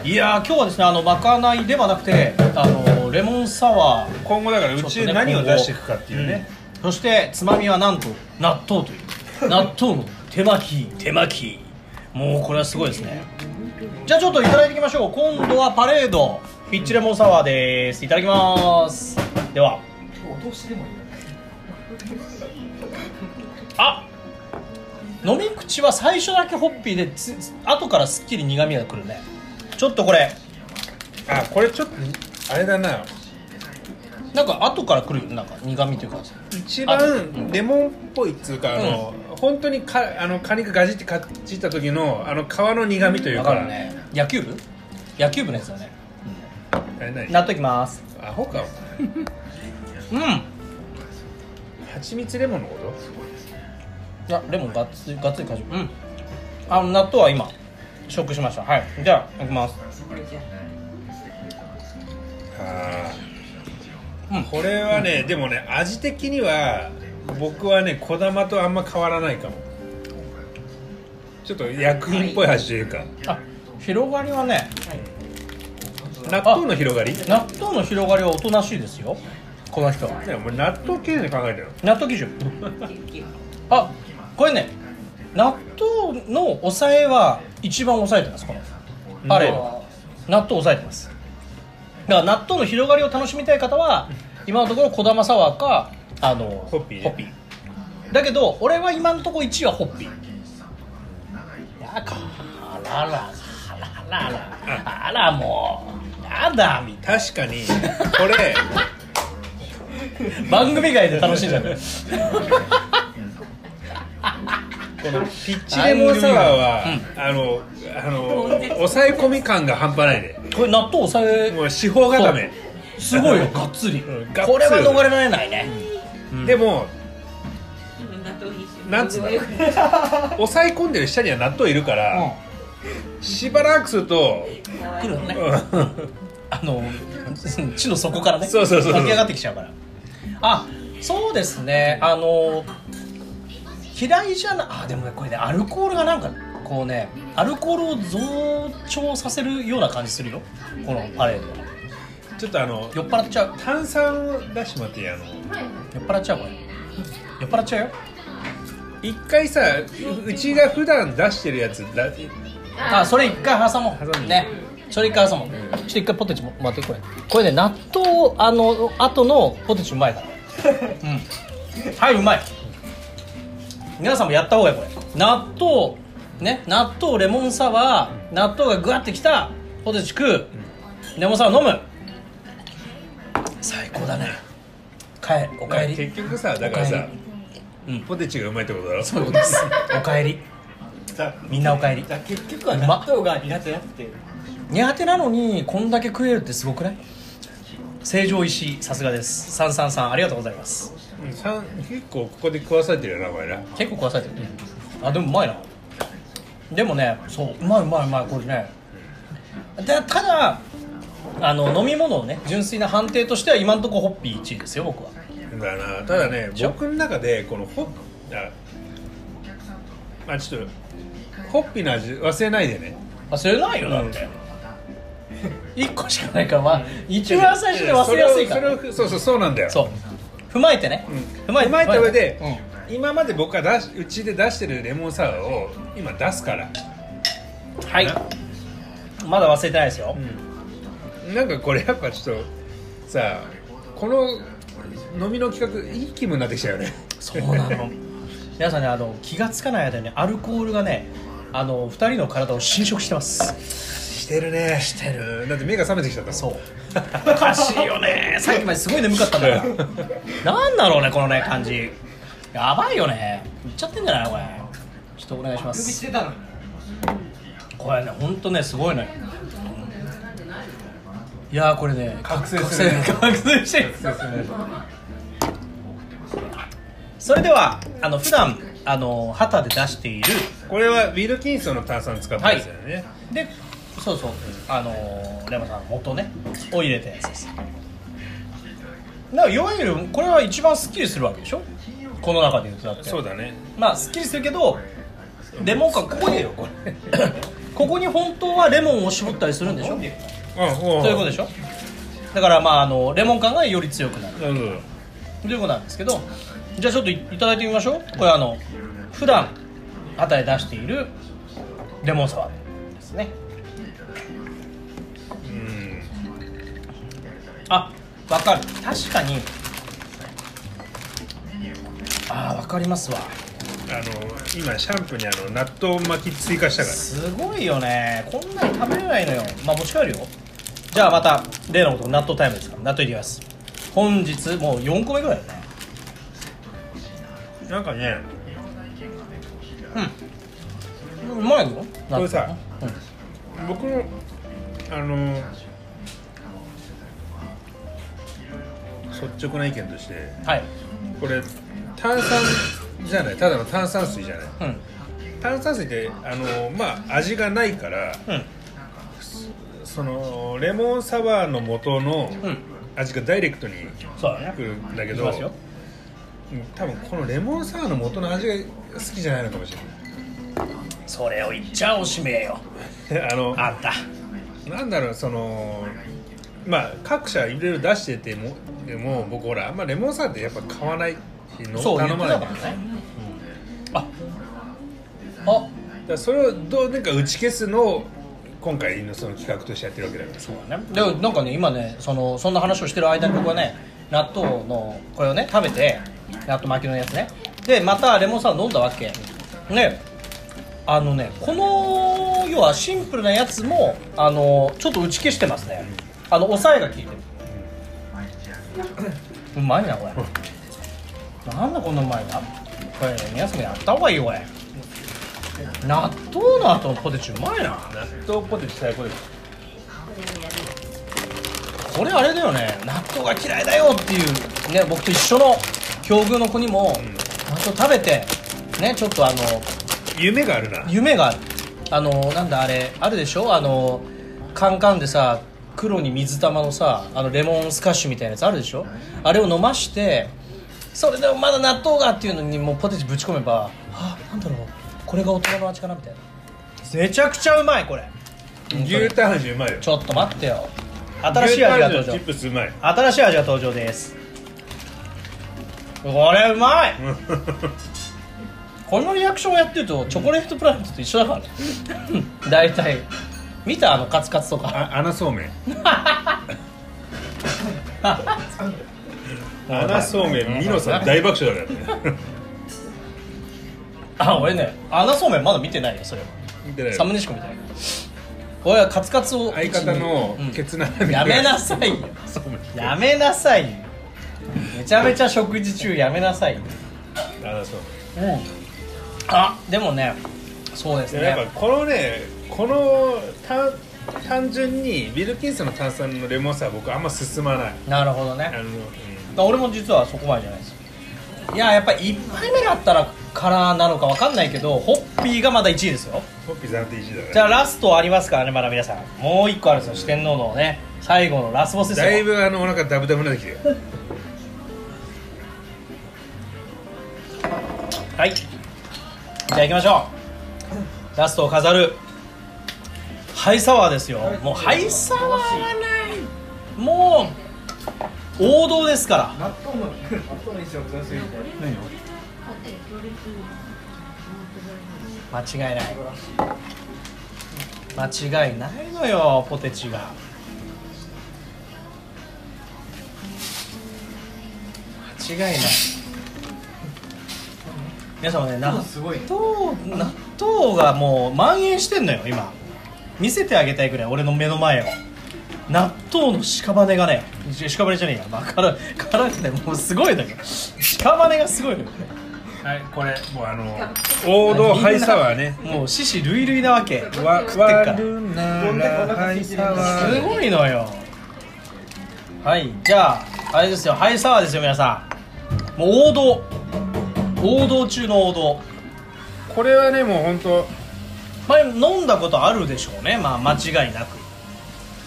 S1: いやー今日はですねあのまかないではなくてあのレモンサワー
S2: 今後だからうちで何を出していくかっていうね
S1: そしてつまみはなんと納豆と いう納豆の手巻き手巻きもうこれはすごいですねじゃあちょっといただいていきましょう今度はパレードピッチレモンサワーですいただきますでは
S3: お通しでもいいよ
S1: あ飲み口は最初だけホッピーでつつ後からすっきり苦みがくるねちょっとこれ
S2: あこれちょっとあれだな
S1: なんか後からくるよねなんか苦みというか
S2: 一
S1: あ
S2: 番レモンっぽいっつうかあの、本当にかあの果肉ガジってかじった時のあの皮の苦みという
S1: だ
S2: か
S1: からね野球部野球部のやつだね
S2: あれ何
S1: 納豆いきます
S2: アホか
S1: うん
S2: はちみつレモンのこと
S1: いやレモンがっつりがっつり果汁うんあの納豆は今食しましたはいじゃあいきます
S2: あ
S1: う
S2: あ
S1: ん
S2: これはね、でもね味的には僕はね小玉とあんま変わらないかもちょっと薬品っぽい味というか
S1: あ広がりはね
S2: 納豆の広がり
S1: 納豆の広がりはおとなしいですよこの人は
S2: ねお前納豆系で考えてる
S1: 納豆基 準あこれね納豆の抑えは一番抑えてますこのパレード納豆抑えてますだから納豆の広がりを楽しみたい方は今のところ小玉サワーかあの
S2: ホッピーね
S1: ホッピーだけど俺は今のところ1位はホッピーやかあららあららあらもうやだみた
S2: 確かにこ れ
S1: いな番組外で楽しんじゃうから
S2: このピッチレモンサワーは、あのあの抑え込み感が半端ないで
S1: これ納豆抑え
S2: もう四方固め
S1: すごいよがっつり、
S2: うんがっつり
S1: これは逃れられないね、うん
S2: でも
S4: ル
S2: なんつう の抑え込んでる下には納豆いるから、しばらくすると、
S1: 来るのね、
S2: うん
S1: あの地の底からね
S2: そうそうそうそう
S1: 湧き上がってきちゃうからあそうですねあの嫌いじゃなあでもねこれねアルコールがなんかこうねアルコールを増長させるような感じするよこのパレードは
S2: ちょっとあの
S1: 酔っ払っちゃう
S2: 炭酸を出してもらっていいあの
S1: 酔っ払っちゃうこれ酔っ払っちゃうよ
S2: 一回さうちが普段出してるやつだ
S1: あそれ一回挟も
S2: 挟ん
S1: う
S2: で
S1: ねそれ一回挟もうちょっと一回ポテチも待ってこれこれね納豆あの後のポテチうまい からうんはいうまい皆さんもやった方がいいこれ納豆ね納豆レモンサワー納豆がグワってきたポテチ食うレモンサワー飲む最高だね帰おかえり
S2: 結局さだからさ
S1: りうん
S2: ポテチがうまいってことだろ
S1: そういうことですおかえりみんなおかえり
S5: だ結局は納豆が苦手だっていう
S1: 苦手なのにこんだけ食えるってすごくない成城石井さすがです三三三ありがとうございます
S2: うんさん結構ここで食わされてるよなお前な
S1: 結構食わされてるねあでもうまいなでもねそううまいうまいうまいこれねでただあの飲み物をね純粋な判定としては今んとこホッピー1位ですよ僕は
S2: だなただね
S1: しょ
S2: 僕の中でこのホッあまあちょっとホッピーの味忘れないでね
S1: 忘れないよだって、1個しかないからまあ一番最初で
S2: や
S1: 忘れやすいか
S2: それ
S1: ら
S2: をそれをそうそうそうなんだよ
S1: そう踏まえてね、
S2: うん
S1: 踏まえて
S2: 踏まえた上で
S1: うん、
S2: 今まで僕が出しうちで出してるレモンサワーを今出すから
S1: はいまだ忘れてないですよ、
S2: なんかこれやっぱちょっとさこの飲みの企画いい気分になってきたよね
S1: そうなの 皆さんねあの気がつかない間にねアルコールがねあの2人の体を侵食してます
S2: してるねしてるだって目が覚めてきちゃったもん
S1: そうおかしいよねさっきまですごい眠かったんだからなんだろうねこのね感じやばいよねいっちゃってんじゃないのこれちょっとお願いしま
S3: 首し
S1: す
S3: てたのに
S1: これねほんとねすごいのよいやーこれね
S2: 覚醒するね
S1: 覚醒 覚醒してるそれではあの普段あの旗で出している
S2: これはウィルキンソンの炭酸使ったんですよね、
S1: でそうそうあのーレモンさん元ねを入れたやつですだからいわゆるこれは一番すっきりするわけでしょこの中で言うとだって
S2: そうだね
S1: まあすっきりするけどレモンかここに ここに本当はレモンを絞ったりするんでしょそういう
S2: うん
S1: ことでしょだからまああのレモン感がより強くなる
S2: なるほど
S1: ということなんですけどじゃあちょっといいただいてみましょうこれあの普段旗で出しているレモンサワーですね
S2: うん
S1: あわかる確かにあーわかりますわ
S2: あの今シャンプーにあの納豆巻き追加したか
S1: すごいよねこんなに食べれないのよまあ持ち帰るよじゃあまた例のこと納豆タイムですから納豆いきます本日もう4個目ぐらいだね
S2: らなんかね
S1: うまいよ納豆
S2: これさ僕のあの率直な意見として
S1: うんはい
S2: これ炭酸じゃないただの炭酸水じゃない
S1: うん
S2: 炭酸水ってあのまあ味がないから
S1: うん
S2: そのレモンサワーの元の
S1: うん
S2: 味がダイレクトに
S1: そうだね
S2: くるんだけ
S1: いき
S2: ど、
S1: ますよ
S2: うん多分このレモンサワーの元の味が好きじゃないのかもし
S1: それを言っちゃおしめえよ
S2: れないあの
S1: あんた
S2: なんだろうそのまあ各社いろいろ出しててもでも僕ほらあんまレモンサワーってやっぱ買わないしの
S1: そう言
S2: 頼
S1: って
S2: まない
S1: た
S2: ん
S1: か
S2: だ
S1: ら
S2: よ
S1: ね、ああ
S2: だからそれをどうなんか打ち消すのを今回のその企画としてやってるわけだからそうだね
S1: でなんかね今ねそのそんな話をしてる間に僕はね納豆のこれをね食べて納豆巻きのやつねでまたレモンサワー飲んだわけねあのねこの要はシンプルなやつもあのちょっと打ち消してますねあの抑えが効いてるうまいなこれなんだこんなうまいなこれ、皆さんもやった方がいいよこれ納豆の後のポテチうまいな
S2: 納豆ポテチ最高です
S1: これあれだよね納豆が嫌いだよっていうね僕と一緒の境遇の子にも納豆食べてねちょっとあの
S2: 夢があるな
S1: 夢があるあのなんだあれあるでしょあのカンカンでさ黒に水玉のさあのレモンスカッシュみたいなやつあるでしょあれを飲ましてそれでもまだ納豆がっていうのにもうポテチぶち込めばあなんだろうこれが大人の味かなみたいなめちゃくちゃうまいこれ
S2: 牛タン味うまいよ
S1: ちょっと待ってよ新しい味が登
S2: 牛タン味のチ
S1: 場
S2: ップスうまい
S1: 新しい味が登場ですこれうまいこのリアクションをやってるとチョコレートプラネットと一緒だからね 大体見たあのカツカツとか
S2: あ穴そうめ ん 穴そうめんミノさん大爆笑だからね
S1: あ俺ね穴そうめんまだ見てないよそれは
S2: 見てない
S1: サムネしか見てない俺はカツカツを
S2: 相方のケツ並
S1: うん
S2: べ
S1: やめなさいよ
S2: そうめん
S1: やめなさいよめちゃめちゃ食事中やめなさいよ
S2: あそう
S1: あでもねそうです
S2: いややっ
S1: ね
S2: ぱこのねこのた単純にビルキンソンの炭酸のレモンサワー僕あんま進まない
S1: なるほど
S2: あ
S1: ね
S2: の、うん
S1: 俺も実はそこまでじゃないですいややっぱ一杯目だったらからなのかわかんないけどホッピーがまだ1位ですよ
S2: ホッピー暫定1位だね
S1: じゃあラストありますからねまだ皆さんもう一個あるんですよ四天王のね最後のラスボスですよ
S2: だいぶあのお腹ダブダブになってきてる
S1: はいじゃあ行きましょうラストを飾るハイサワーですよもうハイサワーはないもう王道ですから
S3: 納豆の納豆の一生強すぎて
S2: 何を
S1: 間違いない間違いないのよポテチが間違いない皆さんはね納
S3: 豆すごいね
S1: 豆納豆がもう蔓延してんのよ今見せてあげたいくらい俺の目の前を納豆の屍がねし屍じゃねえや、まあ、からからねもうすごいんだけど屍がすごいのよ
S2: はいこれもう あの王道ハイサワーね
S1: もう獅子類類なわけ
S2: わ
S1: 食ってっから
S2: るならハイサワ
S1: す
S2: ー
S1: ごいのよはいじゃああれですよハイサワーですよ皆さんもう王道王道中の王道
S2: これはねもう本当
S1: 前飲んだことあるでしょうねまあ間違いなく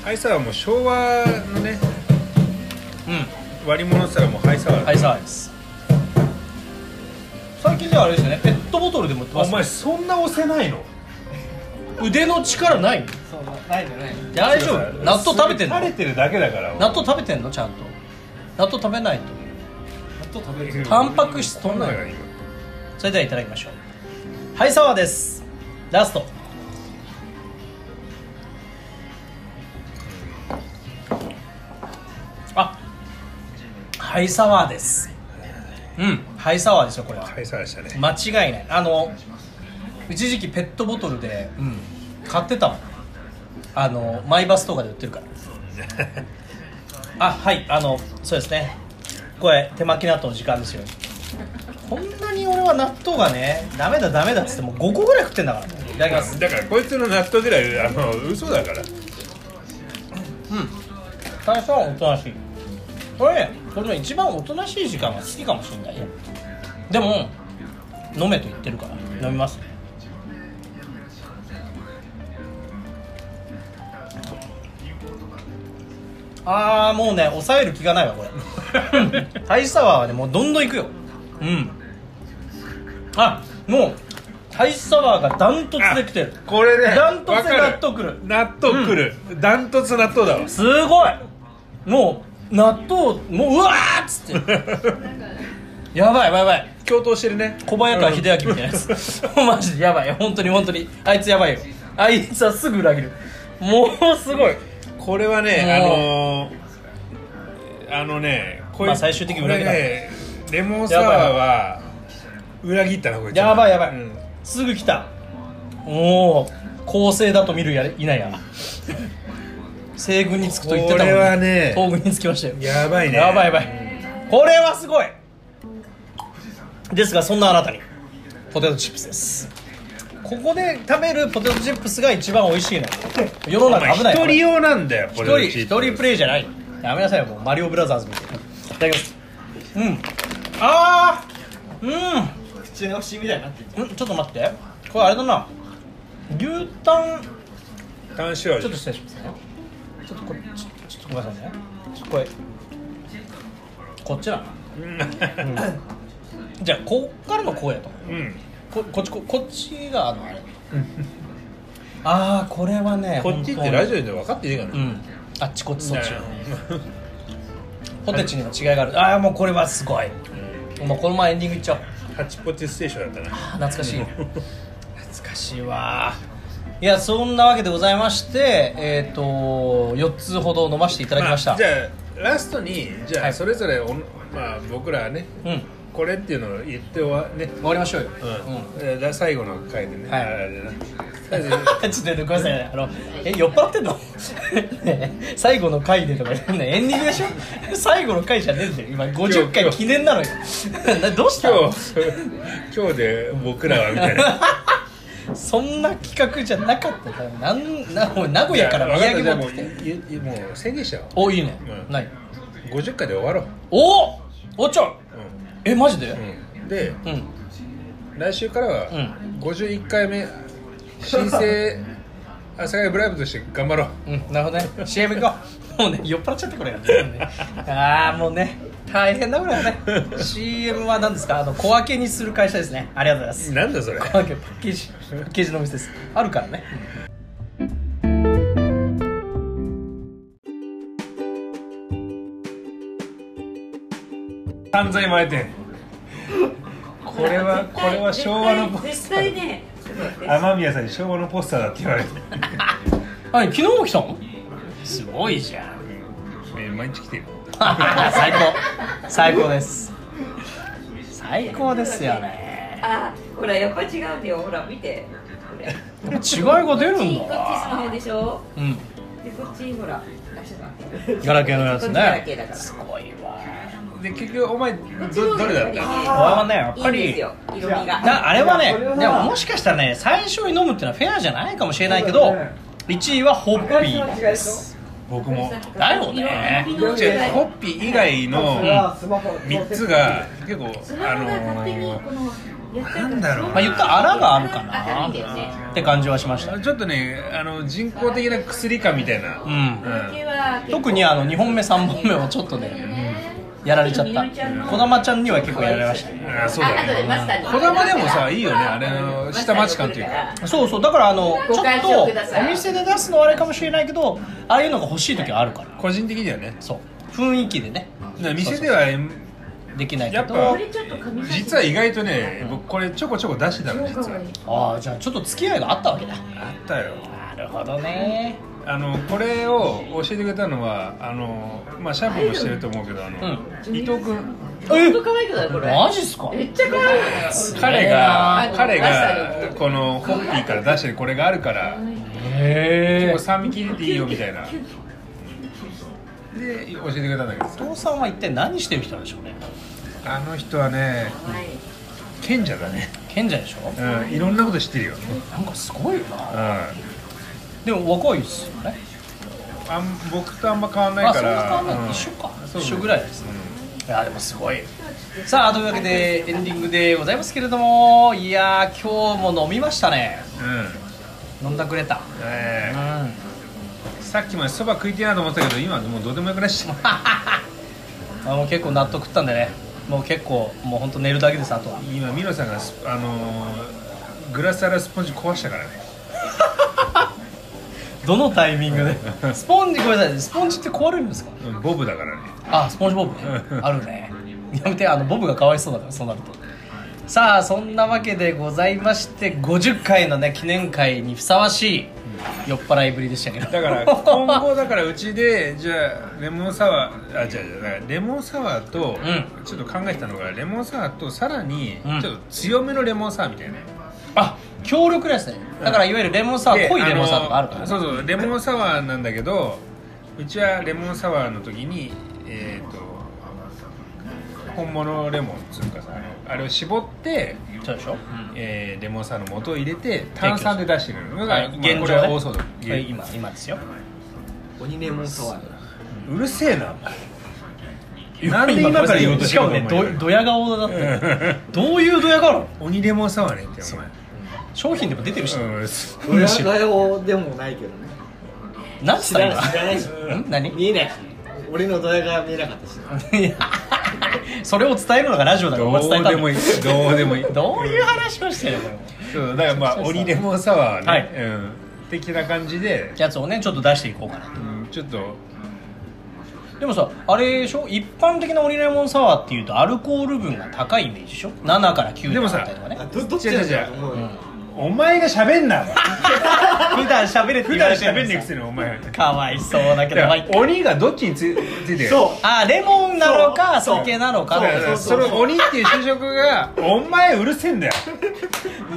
S2: ハイサワーもう昭和のね
S1: うん
S2: 割り物したらもうハイサワー、
S1: ハイサワーです最近ではあれですよねペットボトルでも売ってま
S2: お
S1: す
S2: 前そんな押せないの
S1: 腕の力ない
S3: そうなないのないの
S1: 大丈夫納豆食べてんの
S2: 垂れてるだけだから
S1: 納豆食べてんのちゃんと納豆食べないと
S3: 納豆食べる
S1: タンパク質取んない
S2: よ
S1: それではいただきましょうはいサワーですラストあハイサワーですうんハイサワーですよこれは
S2: ハイサワーでしたね
S1: 間違いないあの一時期ペットボトルで、うん、買ってたもんあのマイバスとかで売って るからあはいあのそうですねこれ手巻き納豆の時間ですよこんなに俺は納豆がねダメだダメだっつってもう5個ぐらい食ってんだからいただきます
S2: だからこいつの納豆ぐらいあの嘘だから
S1: 最初はおとなしいこれねこの一番おとなしい時間が好きかもしれないよでも飲めと言ってるから飲みますああもうね抑える気がないわこれハイサワーはねもうどんどんいくようんあもうハイサワーがダントツできてる
S2: あこれね
S1: ダントツで
S2: わか
S1: 納豆くる
S2: 納豆くる、ダントツ納豆だわ
S1: すごいもう納豆もううわーっつってやばいやばい
S2: 共闘してるね
S1: 小早川秀明みたいなや つ マジでやばい本当に本当にあいつやばいよあいつはすぐ裏切るもうすごい
S2: これはねあのーあのねこいつ
S1: まあ最終的に裏切ら
S2: こ
S1: ない
S2: れねレモンサワーは裏切ったなこいつ
S1: やばいやばい
S2: うん
S1: すぐ来たおお構成だと見るやいないや西軍につくと言ってたもん、
S2: これはね
S1: 東軍につきましたよ
S2: やばいね
S1: やばいやばい、これはすごいですがそんなあなたにポテトチップスですここで食べるポテトチップスが一番美味しいの世の
S2: お
S1: 中
S2: 前
S1: 危ない
S2: 一人用なんだよ
S1: 一
S2: こ
S1: 人
S2: れ
S1: 一人プレイじゃないやめなさいよもうマリオブラザーズみたいないただきますうんああうん
S3: 口のしみたいになってる
S1: んちょっと待ってこれあれだな牛タン
S2: 単勝
S1: ちょっと
S2: 味
S1: 失礼しますねちょっとこれちょちょっとごめんなさいねちょっとこれこっちだなじゃあこっからのこうやと
S2: うん
S1: ここっちここっちがあのあれああこれはね
S2: こっちってラジオで分かってねえか
S1: オう
S2: な、
S1: んあっちこっちそっち
S2: うん
S1: ポテチにも違いがあるああもうこれはすごいもうこのままエンディングいっちゃおう
S2: ハチポチステーションだったな
S1: 懐かしい懐かしいわいやそんなわけでございましてえっ、と4つほど飲ませていただきました、
S2: あじゃあラストにじゃ
S1: は
S2: あ
S1: い
S2: それぞれお、まあ、僕らはね
S1: うん
S2: これっていうのを言ってはね
S1: 終わりましょうよ、う
S2: う
S1: ん
S2: ん、えーだ最後の回でね、
S1: はい
S2: あれだな
S1: ちょっとごめんなさいねあのえ酔っ払ってんの ねえ最後の回でとか言ってんのエンディングでしょ最後の回じゃねえんだよ今50回記念なのよな どうしたの
S2: 今日今日 で僕らはみたいな
S1: そんな企画じゃなかったからなんなおい名古屋から土
S2: 分
S1: 産
S2: かった
S1: 持ってきて
S2: じゃあもうゆゆもう宣言しちゃおう
S1: おいいね、
S2: うん
S1: ない
S2: 50回で終わろう、
S1: おおおちょんえマジで
S2: うんうん、で
S1: うん、
S2: 来週からは
S1: うん
S2: 51回目新生阿佐ヶ谷ブライブとして頑張ろ
S1: う
S2: う
S1: んなるほどね CM 行こ うもうね酔っ払っちゃってこれが、 ああもうね大変だこれはね CM は何ですかあの小分けにする会社ですねありがとうございます
S2: なんだそれ
S1: パッケージパッケージのお店ですあるからね
S2: 犯罪前店これはこれは昭和のポス
S4: 絶対ね
S2: ター雨宮さんに昭和のポスターだって言われて
S1: あ昨日も来たのすごいじゃん
S2: え毎日来てる
S1: 最高最高です最高ですよね
S6: あほらやっぱ違うんだよほら見てこれ
S1: やっぱ違いが出
S6: こ
S1: る
S6: っち
S1: ん
S6: こっちスマ
S1: だ
S6: ホでしょ
S1: うん
S6: でこっちほらあちょっと待って
S1: ガラケーのやつ
S6: こっちガラケ
S1: ね
S6: ーだから
S1: すごいわ
S2: で結局お前どどれだった
S1: これはねやっぱ
S6: いいん
S1: り
S6: ですよ色味が
S1: なあれはね
S3: いやこれはな
S1: でももしかしたらね最初に飲むっていうのはフェアじゃないかもしれないけど
S3: そうだね
S1: 1位はホッピ
S3: の違い
S1: ー
S3: でし
S2: 僕も
S1: だよね
S6: 色
S3: ょ
S6: 々
S2: じ
S6: 色
S2: ゃあホ
S6: 々
S2: ッピー以外
S3: ょ
S2: の
S3: それはスマホ
S2: 3つが結構
S4: スマ
S2: あ
S4: ホ
S2: の
S4: が勝手にこ
S2: ー
S4: のやっちゃう
S2: な
S4: か
S2: んだろう
S4: ら
S1: まあ言ったらあらがあるか
S6: 明るいんだよね
S1: なって感じはしました
S2: ちょっとねあの人工的な薬感みたいな、
S1: う
S2: うん
S6: 手は
S1: 特にあの2本目3本目はちょっとねやられちゃった児玉ちゃんには結構やられましたね
S2: あそう
S6: あ
S2: だ
S6: 後で
S2: ね
S6: マスターに
S2: こだまでもさいいよねあれあの下町感というか
S1: そうそうだからあのちょ
S6: ご
S1: っ
S6: 会
S1: と
S6: 長
S1: お
S6: ください
S1: 店で出すのはあれかもしれないけどああいうのが欲しい時はあるから
S2: 個人的だよね
S1: そう雰囲気でね
S2: な店では
S1: できないけ
S2: やっ
S1: ど
S2: ぱ
S4: これちょっと髪型
S2: 実は意外とね僕これちょこちょこ出してたの
S4: 超
S2: 実
S4: 可愛
S2: は
S4: い
S1: ああじゃあちょっと付き合いがあったわけだ
S2: あったよ
S1: なるほどね
S2: あのこれを教えてくれたのはあのまあシャンプーもしてると思うけどあの、伊藤君
S1: え
S6: 本当可愛くないこれ
S1: マジっすか
S6: めっちゃ可愛い
S2: 彼が
S6: あの
S2: 彼
S6: マスター
S2: が
S6: に
S2: このホッピーから出してるこれがあるから
S1: へ
S2: もう酸味切れていいよみたいなで教えてくれたんだけど
S1: お父さんは一体何してる人なんでしょうね
S2: あの人はね賢者だね、
S1: 賢者でしょ
S2: うん、いろんなこと知ってるよ、
S1: なんかすごいよな
S2: うん、あ
S1: でも若いっすよね
S2: ん僕とあんま変わんな
S1: あ
S2: いか
S1: そう
S2: ら
S1: か
S2: うん
S1: 一緒か
S2: そ
S1: 一緒
S2: う
S1: ぐらいですねいやでもすごいさあというわけでエンディングでございますけれどもいやー今日も飲みましたね
S2: うん
S1: 飲んだくれたう
S2: え
S1: ん
S2: えさっきまでそば食いてえなと思ってたけど今はもうどうでもよくなっし
S1: あもう結構納得ったんでねもう結構もう本当寝るだけですあとは
S2: 今ミノさんがスあのーグラス洗うスポンジ壊したからね
S1: どのタイミング でスポンジごめんなさいスポンジって壊れるんですか
S2: うんボブだからね
S1: あスポンジボブね
S2: うん
S1: あるねやめてあのボブがかわいそうだからそうなるとさあそんなわけでございまして50回のね記念会にふさわしい酔っ払いぶりでしたけど
S2: だから今後だからうちでじゃあレモンサワーあじゃあだからレモンサワーと、
S1: う
S2: ちょっと考えてたのがレモンサワーとさらに
S1: うん
S2: ちょっと強めのレモンサワーみたいな、
S1: あ強力ですねだからいわゆるレモンサワー
S2: で
S1: 濃いレモンサワーとかあるか
S2: の
S1: ら
S2: そうそうレモンサワーなんだけどうちはレモンサワーの時にえっ、と本物レモンっつうかさあのあれを絞って、
S1: そうでしょ、
S2: えーレモンサワーの素を入れて炭酸で出してるのが、
S1: はい
S2: まあ
S1: 現状ね
S2: これは多そうだ、
S1: これ今今ですよ
S3: 鬼レモンサワー
S2: うるせえななんで今から言おうと
S1: し
S2: し
S1: か
S2: よ
S1: も
S2: う
S1: ね
S2: と思うよ
S1: どドヤ顔だってどういうドヤ顔なの
S2: 鬼レモンサワーねってお
S1: 商品でも出てるし、
S2: 前うん
S3: 俺はガヤオでもないけどね
S1: 何つった今
S3: 知らない知
S1: ん何
S3: 見えないし俺のドヤが見えなかったし
S1: いやそれを伝えるのがラジオだからお前伝え
S2: どう
S1: たんだ
S2: でもいいどうでもいい
S1: どういう話をしてるのよ
S2: そうだからまあ鬼レモンサワーね、
S1: はい
S2: うん、的な感じで、
S1: やつをねちょっと出していこうかな
S2: うん、ちょっと
S1: とでもさあれでしょ一般的なオリレモンサワーっていうとアルコール分が高いイメージでしょ7から9
S2: で
S1: 度
S2: も
S1: だ
S2: さ
S1: ったりとかね
S3: どどっ
S2: 違う違う違う
S3: 思うよ
S2: お前が喋んな
S1: 普段喋れって
S2: 普
S1: 言わ
S2: 段
S1: れて
S2: 喋
S1: る
S2: んねえく
S1: の
S2: せ
S1: さ
S2: にお前
S1: かわいそうだけど
S2: だ
S1: ま
S2: か
S1: あ
S2: ら鬼がどっちにつついてる
S1: そうあーレモンなのか酒なのか
S2: だ
S1: っ
S2: か
S1: て
S2: らその鬼っていう就職 がお前うるせえんだよ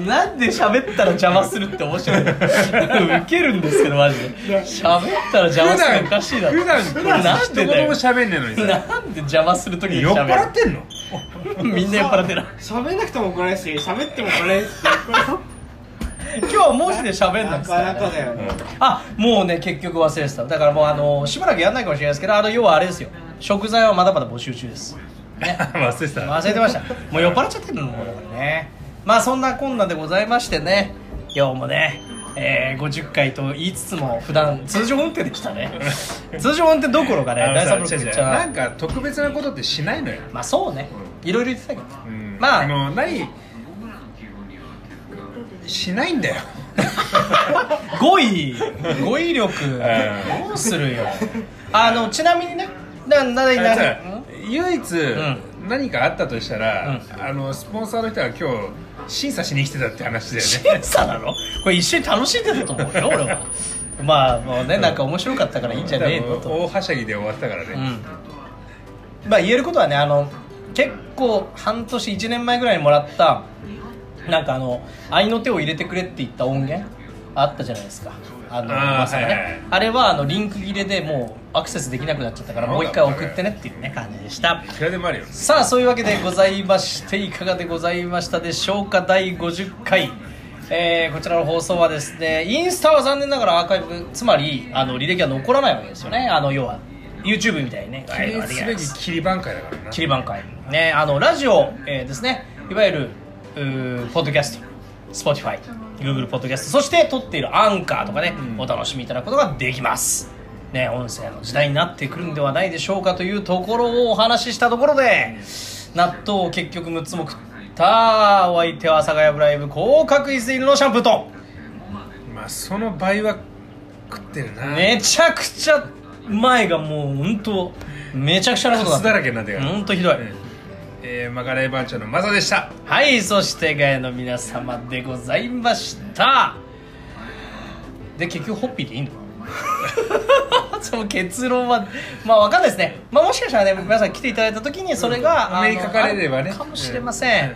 S1: なんで喋ったら邪魔するって面 白いのウケるんですけどマジで喋ったら邪魔するのおかしいだろ
S2: 普段普段
S1: なんで
S2: 一
S1: だ
S2: 言
S1: よ
S2: も喋んねえのにさ
S1: なんで邪魔するときに
S2: 酔っ
S1: 喋
S2: 払っ
S1: る
S2: てんの
S1: みんな酔っ払ってる
S3: 喋んなくても怒られるし喋っても怒られるし
S1: 今日は文字で喋んな
S3: ない
S1: です
S3: か
S1: から
S3: な
S1: ね
S3: かだよね
S1: あもうね結局忘れてただからもうあのしばらくやんないかもしれないですけどあの要はあれですよ食材はまだまだ募集中です
S2: 忘れてた
S1: 忘れてましたもう酔っ払っちゃってるのもうだからねまあそんなこんなでございましてね今日もね、えー、50回と言いつつも普段通常運転でした ね通常運転どころかね
S2: あの
S1: 第3
S2: さ
S1: ブロック
S2: 違う
S1: め
S2: 違
S1: っ
S2: う
S1: ち
S2: な
S1: ゃ
S2: んか特別なことってしないのよ
S1: まあそうねいろいろ言ってたけど
S2: うん
S1: まあ
S2: あの何しないんだよ
S1: 語彙語彙力
S2: ん
S1: どうするよあのちなみにねななな
S2: あじ
S1: な
S2: ゃあ唯一
S1: ん
S2: 何かあったとしたら、
S1: う
S2: あのスポンサーの人が今日審査しに来てたって話だよね
S1: 審査なのこれ一緒に楽しんでたと思うよ俺はまあもうねなんか面白かったからいいんじゃねえのと、
S2: 大はしゃぎで終わったから
S1: う
S2: ね、
S1: ん、まあ言えることはねあの結構半年1年前ぐらいにもらったなんかあの「愛の手を入れてくれ」って言った音源あったじゃないですかあの
S2: あー
S1: まさかね、
S2: はいはい
S1: あれはあのリンク切れでもうアクセスできなくなっちゃったからもう一回送ってねっていうね感じでした
S2: いくらでもあるよ
S1: さあそういうわけでございましていかがでございましたでしょうか第50回、えーこちらの放送はですねインスタは残念ながらアーカイブつまりあの履歴は残らないわけですよねあの要は YouTube みたいにね
S2: 記念すべき切り挽回だからな
S1: 切り挽回ねあのラジオ、えーですねいわゆるうーポッドキャスト Spotify Google ポッドキャストそして撮っているアンカーとかね、お楽しみいただくことができますね音声の時代になってくるんではないでしょうかというところをお話ししたところで納豆を結局6つも食ったお相手は阿佐ヶ谷ブライブ甲殻イズイルのシャンプーと
S2: まあその倍は食ってるな
S1: めちゃくちゃ前がもう本当めちゃくちゃなこと
S2: カ
S1: だっ
S2: スだ
S1: た
S2: らけになってから
S1: 本当ひどい、
S2: うんえー、マガライ番長のマサでした
S1: はいそしてガヤの皆様でございましたで結局ホッピーでいいの かなその結論はまあわかんないですね、まあ、もしかしたらね皆さん来ていただいた時にそれが、
S2: お目に
S1: あの
S2: かかれればね
S1: あるかもしれません、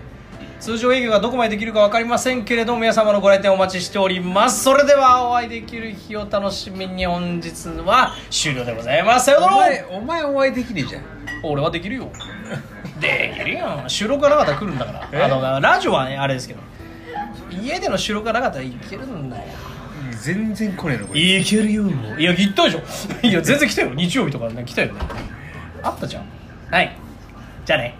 S1: 通常営業がどこまでできるかわかりませんけれども皆様のご来店お待ちしておりますそれではお会いできる日を楽しみに本日は終了でございますさよ
S2: お
S1: なら
S2: 前お前お会いできねえじゃん
S1: 俺はできるよできるよ収録がなかったら来るんだからあのラジオはねあれですけど家での収録がなかったらいけるんだよ
S2: うん全然来ねえのこれ
S1: いけるよいや行ったでしょいや全然来たよ日曜日とかね来たよねあったじゃんはいじゃあね